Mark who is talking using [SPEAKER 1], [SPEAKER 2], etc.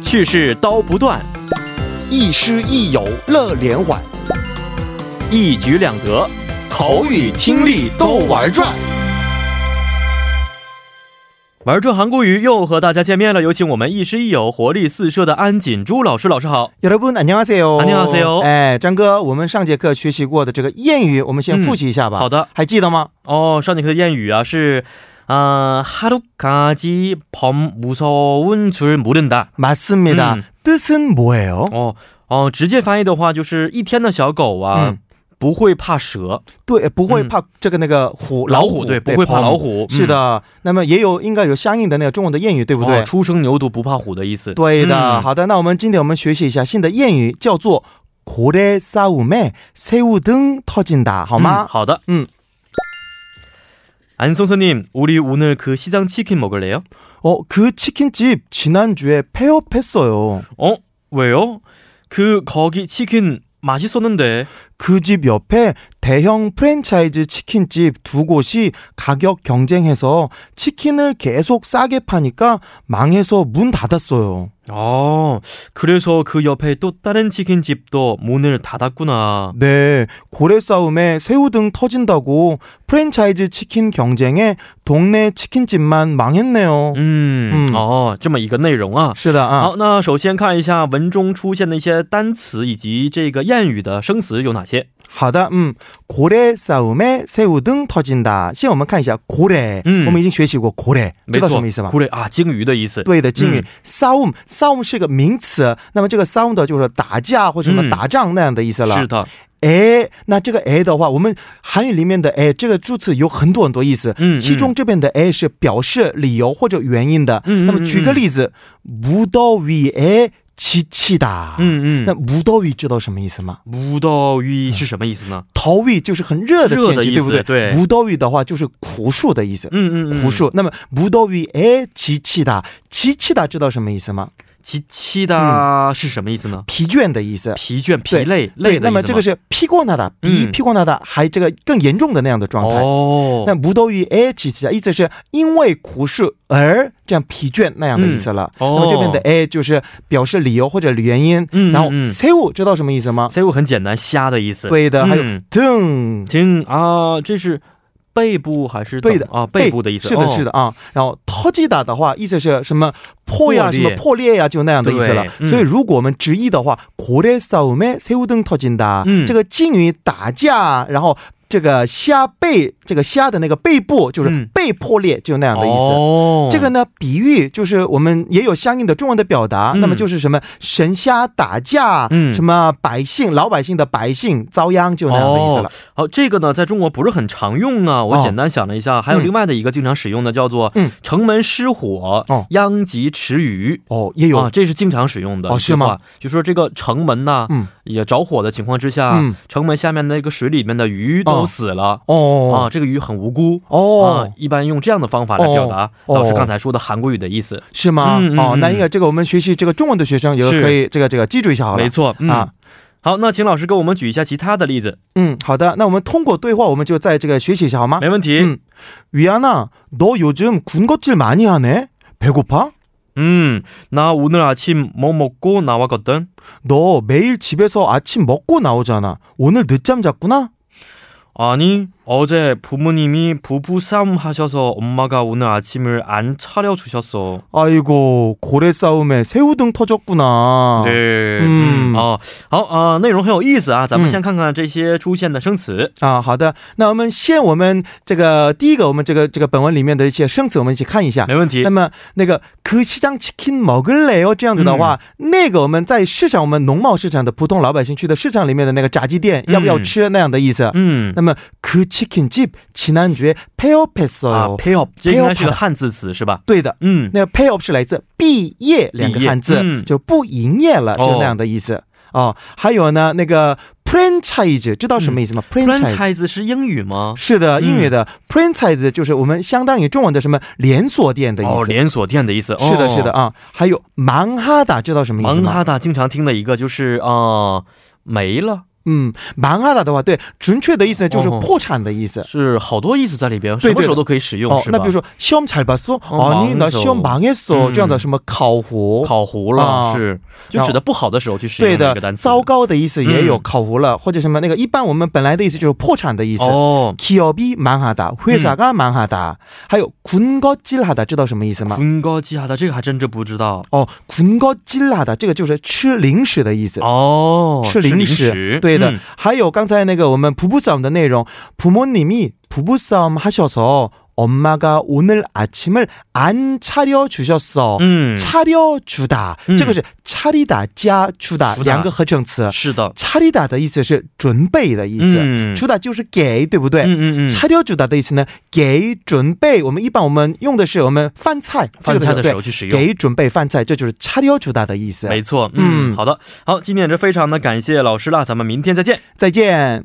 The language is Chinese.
[SPEAKER 1] 去世刀不断，
[SPEAKER 2] 亦师亦友乐连环，
[SPEAKER 1] 一举两得。
[SPEAKER 2] 口语听力都玩转。
[SPEAKER 1] 玩转韩国语又和大家见面了，有请我们亦师亦友、活力四射的安锦珠老师。老师好，
[SPEAKER 3] 여러분 안녕하세요.
[SPEAKER 1] 안녕하세요.
[SPEAKER 3] 哦哎，张哥，我们上节课学习过的这个谚语，我们先复习一下吧。
[SPEAKER 1] 嗯好，的。
[SPEAKER 3] 还记得吗？
[SPEAKER 1] 哦，上节课的谚语啊是，啊、하루까지범무서운줄모른다。
[SPEAKER 3] 맞습니다.
[SPEAKER 2] 嗯
[SPEAKER 1] 음.
[SPEAKER 3] 뜻은 뭐예요?
[SPEAKER 1] 哦哦，直接翻译的话就是一天的小狗啊。
[SPEAKER 3] 嗯
[SPEAKER 1] 不会怕蛇，
[SPEAKER 3] 对，不会
[SPEAKER 1] 嗯
[SPEAKER 3] 怕这个那个虎，
[SPEAKER 1] 老虎
[SPEAKER 3] 虎
[SPEAKER 1] 对，不会怕老。
[SPEAKER 2] 嗯
[SPEAKER 1] 虎。
[SPEAKER 3] 是的，那么也有应该有相应的那个中文的谚语，对
[SPEAKER 1] 嗯，
[SPEAKER 3] 不对？
[SPEAKER 1] 哦初生牛犊不怕虎的意思。
[SPEAKER 3] 对的、
[SPEAKER 1] 嗯
[SPEAKER 3] 好的，那我们今天我们学习一下新的谚语，叫做“고래싸움에새우등터진다”，好
[SPEAKER 1] 음, 嗯
[SPEAKER 3] 吗？嗯
[SPEAKER 2] 嗯
[SPEAKER 1] 好的。
[SPEAKER 3] 음.
[SPEAKER 1] 안선수님, 우리 오늘 그 시장 치킨 먹을래요?
[SPEAKER 3] 어, 그 치킨집 지난주에 폐업했어요.
[SPEAKER 1] 어? 왜요? 그 거기 치킨 맛있었는데.
[SPEAKER 3] 그 집 옆에 대형 프랜차이즈 치킨집 두 곳이 가격 경쟁해서 치킨을 계속 싸게 파니까 망해서 문 닫았어요.
[SPEAKER 1] 아, 그래서 그 옆에 또 다른 치킨집도 문을 닫았구나.
[SPEAKER 3] 네, 고래 싸움에 새우등 터진다고 프랜차이즈 치킨 경쟁에 동네 치킨집만 망했네요.
[SPEAKER 1] 음,
[SPEAKER 3] 음.
[SPEAKER 1] 어, 这么一个内容啊。
[SPEAKER 3] 是的, 아,
[SPEAKER 1] 好，那首先看一下文中出现的一些单词以及这个谚语的生词有哪些？
[SPEAKER 3] 好的, 음, 고래 싸움에 새우등 터진다. 先我们看一下 고래.
[SPEAKER 1] 음. 네,
[SPEAKER 3] 我们已经学习过 고래.
[SPEAKER 1] 没错，
[SPEAKER 3] 知道什么意思吗？
[SPEAKER 1] 古雷啊，鲸鱼的意思。
[SPEAKER 3] 对的，金鱼
[SPEAKER 1] 嗯
[SPEAKER 3] sound sound 是个名词，那么这个 sound 就是打架或什
[SPEAKER 1] 嗯
[SPEAKER 3] 么打仗那样的意思了。
[SPEAKER 1] 是的，
[SPEAKER 3] 哎，那这个哎的话，我们韩语里面的哎这个助词有很多很多意思，
[SPEAKER 1] 嗯
[SPEAKER 3] 其中这边的哎是表示理由或者原因的。
[SPEAKER 1] 嗯嗯
[SPEAKER 3] 那么举个例子，무더위에지치다。，
[SPEAKER 1] 嗯嗯，
[SPEAKER 3] 那무더위知道什么意思吗？
[SPEAKER 1] 无道鱼是什么意思呢？
[SPEAKER 3] 더위就是很热的
[SPEAKER 1] 热
[SPEAKER 3] 天
[SPEAKER 1] 的
[SPEAKER 3] 气，
[SPEAKER 1] 意
[SPEAKER 3] 对不
[SPEAKER 1] 思
[SPEAKER 3] 对？
[SPEAKER 1] 对
[SPEAKER 3] 무더위的话就是酷暑的意思。
[SPEAKER 1] 嗯嗯嗯，
[SPEAKER 3] 酷暑，那么무더위에지치다，지치다知道什么意思吗？
[SPEAKER 1] 其期的是什么意思呢？
[SPEAKER 3] 疲倦的意思。
[SPEAKER 1] 疲倦、疲
[SPEAKER 3] 对
[SPEAKER 1] 累、累的意
[SPEAKER 3] 对，那
[SPEAKER 1] 思吗
[SPEAKER 3] 么这个是피곤하다，比
[SPEAKER 1] 嗯
[SPEAKER 3] 피곤하다还这个更严重的那样的状态。
[SPEAKER 1] 哦，
[SPEAKER 3] 那무더위에지치다意思哎是因为苦暑而这样疲倦那样的意思了。
[SPEAKER 1] 嗯哦
[SPEAKER 3] 那么这边的에就是表示理由或者原因。
[SPEAKER 1] 嗯
[SPEAKER 3] 然后
[SPEAKER 1] 嗯嗯
[SPEAKER 3] 새우知道什么意思吗？
[SPEAKER 1] 所以我很简单，虾的意思。
[SPEAKER 3] 对的，
[SPEAKER 1] 嗯
[SPEAKER 3] 还有등，
[SPEAKER 1] 听啊，这是背部还是等
[SPEAKER 3] 对的
[SPEAKER 1] 啊？背部的意思，
[SPEAKER 3] 哎是的，
[SPEAKER 1] 哦
[SPEAKER 3] 是的，啊。然后터지다的话，意思是什么破呀、
[SPEAKER 1] 破裂
[SPEAKER 3] 什么破裂呀，就那样的意思了
[SPEAKER 1] 对。嗯
[SPEAKER 3] 所以如果我们直译的话，고래싸움에새우등터진다，
[SPEAKER 1] 嗯
[SPEAKER 3] 这个鲸鱼打架，然后这个虾背，这个虾的那个背部就是
[SPEAKER 1] 嗯
[SPEAKER 3] 被破裂，就那样的意思。
[SPEAKER 1] 哦，
[SPEAKER 3] 这个呢，比喻就是我们也有相应的中文的表达，
[SPEAKER 1] 嗯
[SPEAKER 3] 那么就是什么神虾打架，
[SPEAKER 1] 嗯
[SPEAKER 3] 什么百姓老百姓的百姓遭殃，就那样的意思了。
[SPEAKER 1] 好，这个呢，在中国不是很常用啊。我
[SPEAKER 3] 哦
[SPEAKER 1] 简单想了一下，还有
[SPEAKER 3] 嗯
[SPEAKER 1] 另外的一个经常使用的叫做
[SPEAKER 3] 嗯
[SPEAKER 1] “城门失火
[SPEAKER 3] 哦，
[SPEAKER 1] 殃及池鱼”。
[SPEAKER 3] 哦，也有
[SPEAKER 1] 啊，这是经常使用的
[SPEAKER 3] 哦
[SPEAKER 1] 一句
[SPEAKER 3] 是吗
[SPEAKER 1] 话？就说这个城门呐、
[SPEAKER 3] 嗯
[SPEAKER 1] 也着火的情况之下、
[SPEAKER 3] 嗯
[SPEAKER 1] 城门下面那个水里面的鱼都死了、啊，
[SPEAKER 3] 哦
[SPEAKER 1] 这个鱼很无辜。
[SPEAKER 3] 哦
[SPEAKER 1] 啊，，一般用这样的方法来表达、
[SPEAKER 3] 哦
[SPEAKER 1] 老师刚才说的韩国语的意思。
[SPEAKER 3] 是吗？
[SPEAKER 1] 嗯嗯
[SPEAKER 3] 哦，
[SPEAKER 1] 嗯
[SPEAKER 3] 那应该这个我们学习这个中文的学生也
[SPEAKER 1] 是
[SPEAKER 3] 可以这个这个记住一下好了。
[SPEAKER 1] 没错、嗯、
[SPEAKER 3] 啊。
[SPEAKER 1] 好，那请老师给我们举一下其他的例子。
[SPEAKER 3] 嗯，好的，那我们通过对话，我们就在这个学习一下好吗？
[SPEAKER 1] 没问题。
[SPEAKER 3] 嗯위안아너요즘군것질많이하네배고파
[SPEAKER 1] 음, 나嗯 오늘 아침 뭐 먹고 나왔거든.
[SPEAKER 3] 너매일집에서아침먹고나오잖아오늘늦잠잤구나
[SPEAKER 1] 아니, 어제 부모님이 부부싸움 하셔서 엄마가 오늘 아침을 안 차려주셨어.
[SPEAKER 3] 아이고 고래 싸움에 새우등 터졌구나.
[SPEAKER 1] 对，
[SPEAKER 3] 嗯
[SPEAKER 1] 嗯哦，好啊、呃内容很有意思啊，咱们
[SPEAKER 3] 嗯
[SPEAKER 1] 先看看这些出现的生词。
[SPEAKER 3] 啊，好的，那我们先我们这个第一个，我们这个这个本文里面的一些生词，我们一起看一下。
[SPEAKER 1] 没问题
[SPEAKER 3] 那。么那个可西장치킨먹을래요这样子的话，
[SPEAKER 1] 嗯
[SPEAKER 3] 那个我们在市场，我们农贸市场的普通老百姓去的市场里面的那个炸鸡店，
[SPEAKER 1] 嗯
[SPEAKER 3] 要不要吃那样的意思？
[SPEAKER 1] 嗯
[SPEAKER 3] 那，么그 치킨집 지난주에
[SPEAKER 1] 啊
[SPEAKER 3] 폐업했어요。
[SPEAKER 1] ，pay up，这应该是个
[SPEAKER 3] pay up
[SPEAKER 1] 汉字词是吧？
[SPEAKER 3] 对的，
[SPEAKER 1] 嗯，
[SPEAKER 3] 那个 pay off 是来自毕业两个汉字，
[SPEAKER 1] 毕业嗯
[SPEAKER 3] 就不营业了，
[SPEAKER 1] 哦
[SPEAKER 3] 就那样的意思哦。还有呢，那个 franchise 知道什么意思吗、f r a n c h i s e
[SPEAKER 1] franchise 是英语吗？
[SPEAKER 3] 是的，
[SPEAKER 1] 嗯
[SPEAKER 3] 英语的、franchise 就是我们相当于中文的什么连锁店的意思。
[SPEAKER 1] 哦，连锁店的意思。哦、
[SPEAKER 3] 是的，是的。啊。还有 manhada 知道什么意思
[SPEAKER 1] 蒙
[SPEAKER 3] 吗？
[SPEAKER 1] 哈达经常听的一个就是啊、呃没了
[SPEAKER 3] 嗯，망하다的话，对，准确的意思呢就是
[SPEAKER 1] 哦
[SPEAKER 3] 破产的意思。
[SPEAKER 1] 是好多意思在里边，什
[SPEAKER 3] 对对
[SPEAKER 1] 么时候都可以使用，
[SPEAKER 3] 哦，
[SPEAKER 1] 是吧？
[SPEAKER 3] 那比如说시험잘봤어？
[SPEAKER 1] 哦
[SPEAKER 3] 아니나
[SPEAKER 1] 망했어
[SPEAKER 3] 시험망했어，
[SPEAKER 1] 嗯
[SPEAKER 3] 这样的什么考糊，
[SPEAKER 1] 烤糊了，
[SPEAKER 3] 啊
[SPEAKER 1] 是就指的不好的时候去使
[SPEAKER 3] 对
[SPEAKER 1] 用这
[SPEAKER 3] 的
[SPEAKER 1] 个单，词。
[SPEAKER 3] 糟糕的意思也有
[SPEAKER 1] 嗯
[SPEAKER 3] 考糊了，或者什么那个，一般我们本来的意思就是破产的意思。
[SPEAKER 1] 哦，嗯
[SPEAKER 3] 기업이 망하다, 회사가 망하다. 还有 군것질하다, 知道什么意思吗?
[SPEAKER 1] 군거지하다这个还真就不知道
[SPEAKER 3] 어, 군것질하다. 这个就是吃零食的意思。
[SPEAKER 1] 哦，
[SPEAKER 3] 어,
[SPEAKER 1] 零
[SPEAKER 3] 吃零食。对的。
[SPEAKER 1] 嗯
[SPEAKER 3] 还有刚才那个我们부부싸움的内容. 부모님이 부부싸움 하셔서 엄마가 오늘 아침을 안 차려 주셨어.
[SPEAKER 1] 嗯，
[SPEAKER 3] 차려 주다.
[SPEAKER 1] 음.
[SPEAKER 3] 这个是 차리다, 加 주다.
[SPEAKER 1] 주다.
[SPEAKER 3] 两个合成词.
[SPEAKER 1] 是的，
[SPEAKER 3] 차리다 的意思是准备的意思，
[SPEAKER 1] 嗯
[SPEAKER 3] 主打就是给，对不对？
[SPEAKER 1] 嗯嗯嗯，
[SPEAKER 3] 차려主打的意思呢，给准备。我们一般我们用的是我们饭菜，
[SPEAKER 1] 翻菜的时候
[SPEAKER 3] 对
[SPEAKER 1] 去使用。
[SPEAKER 3] 给准备饭菜，这就是차려主打的意思。
[SPEAKER 1] 没错，
[SPEAKER 3] 嗯
[SPEAKER 1] 嗯，好的，好，今天也是非常的感谢老师啦，咱们明天再见。
[SPEAKER 3] 再见。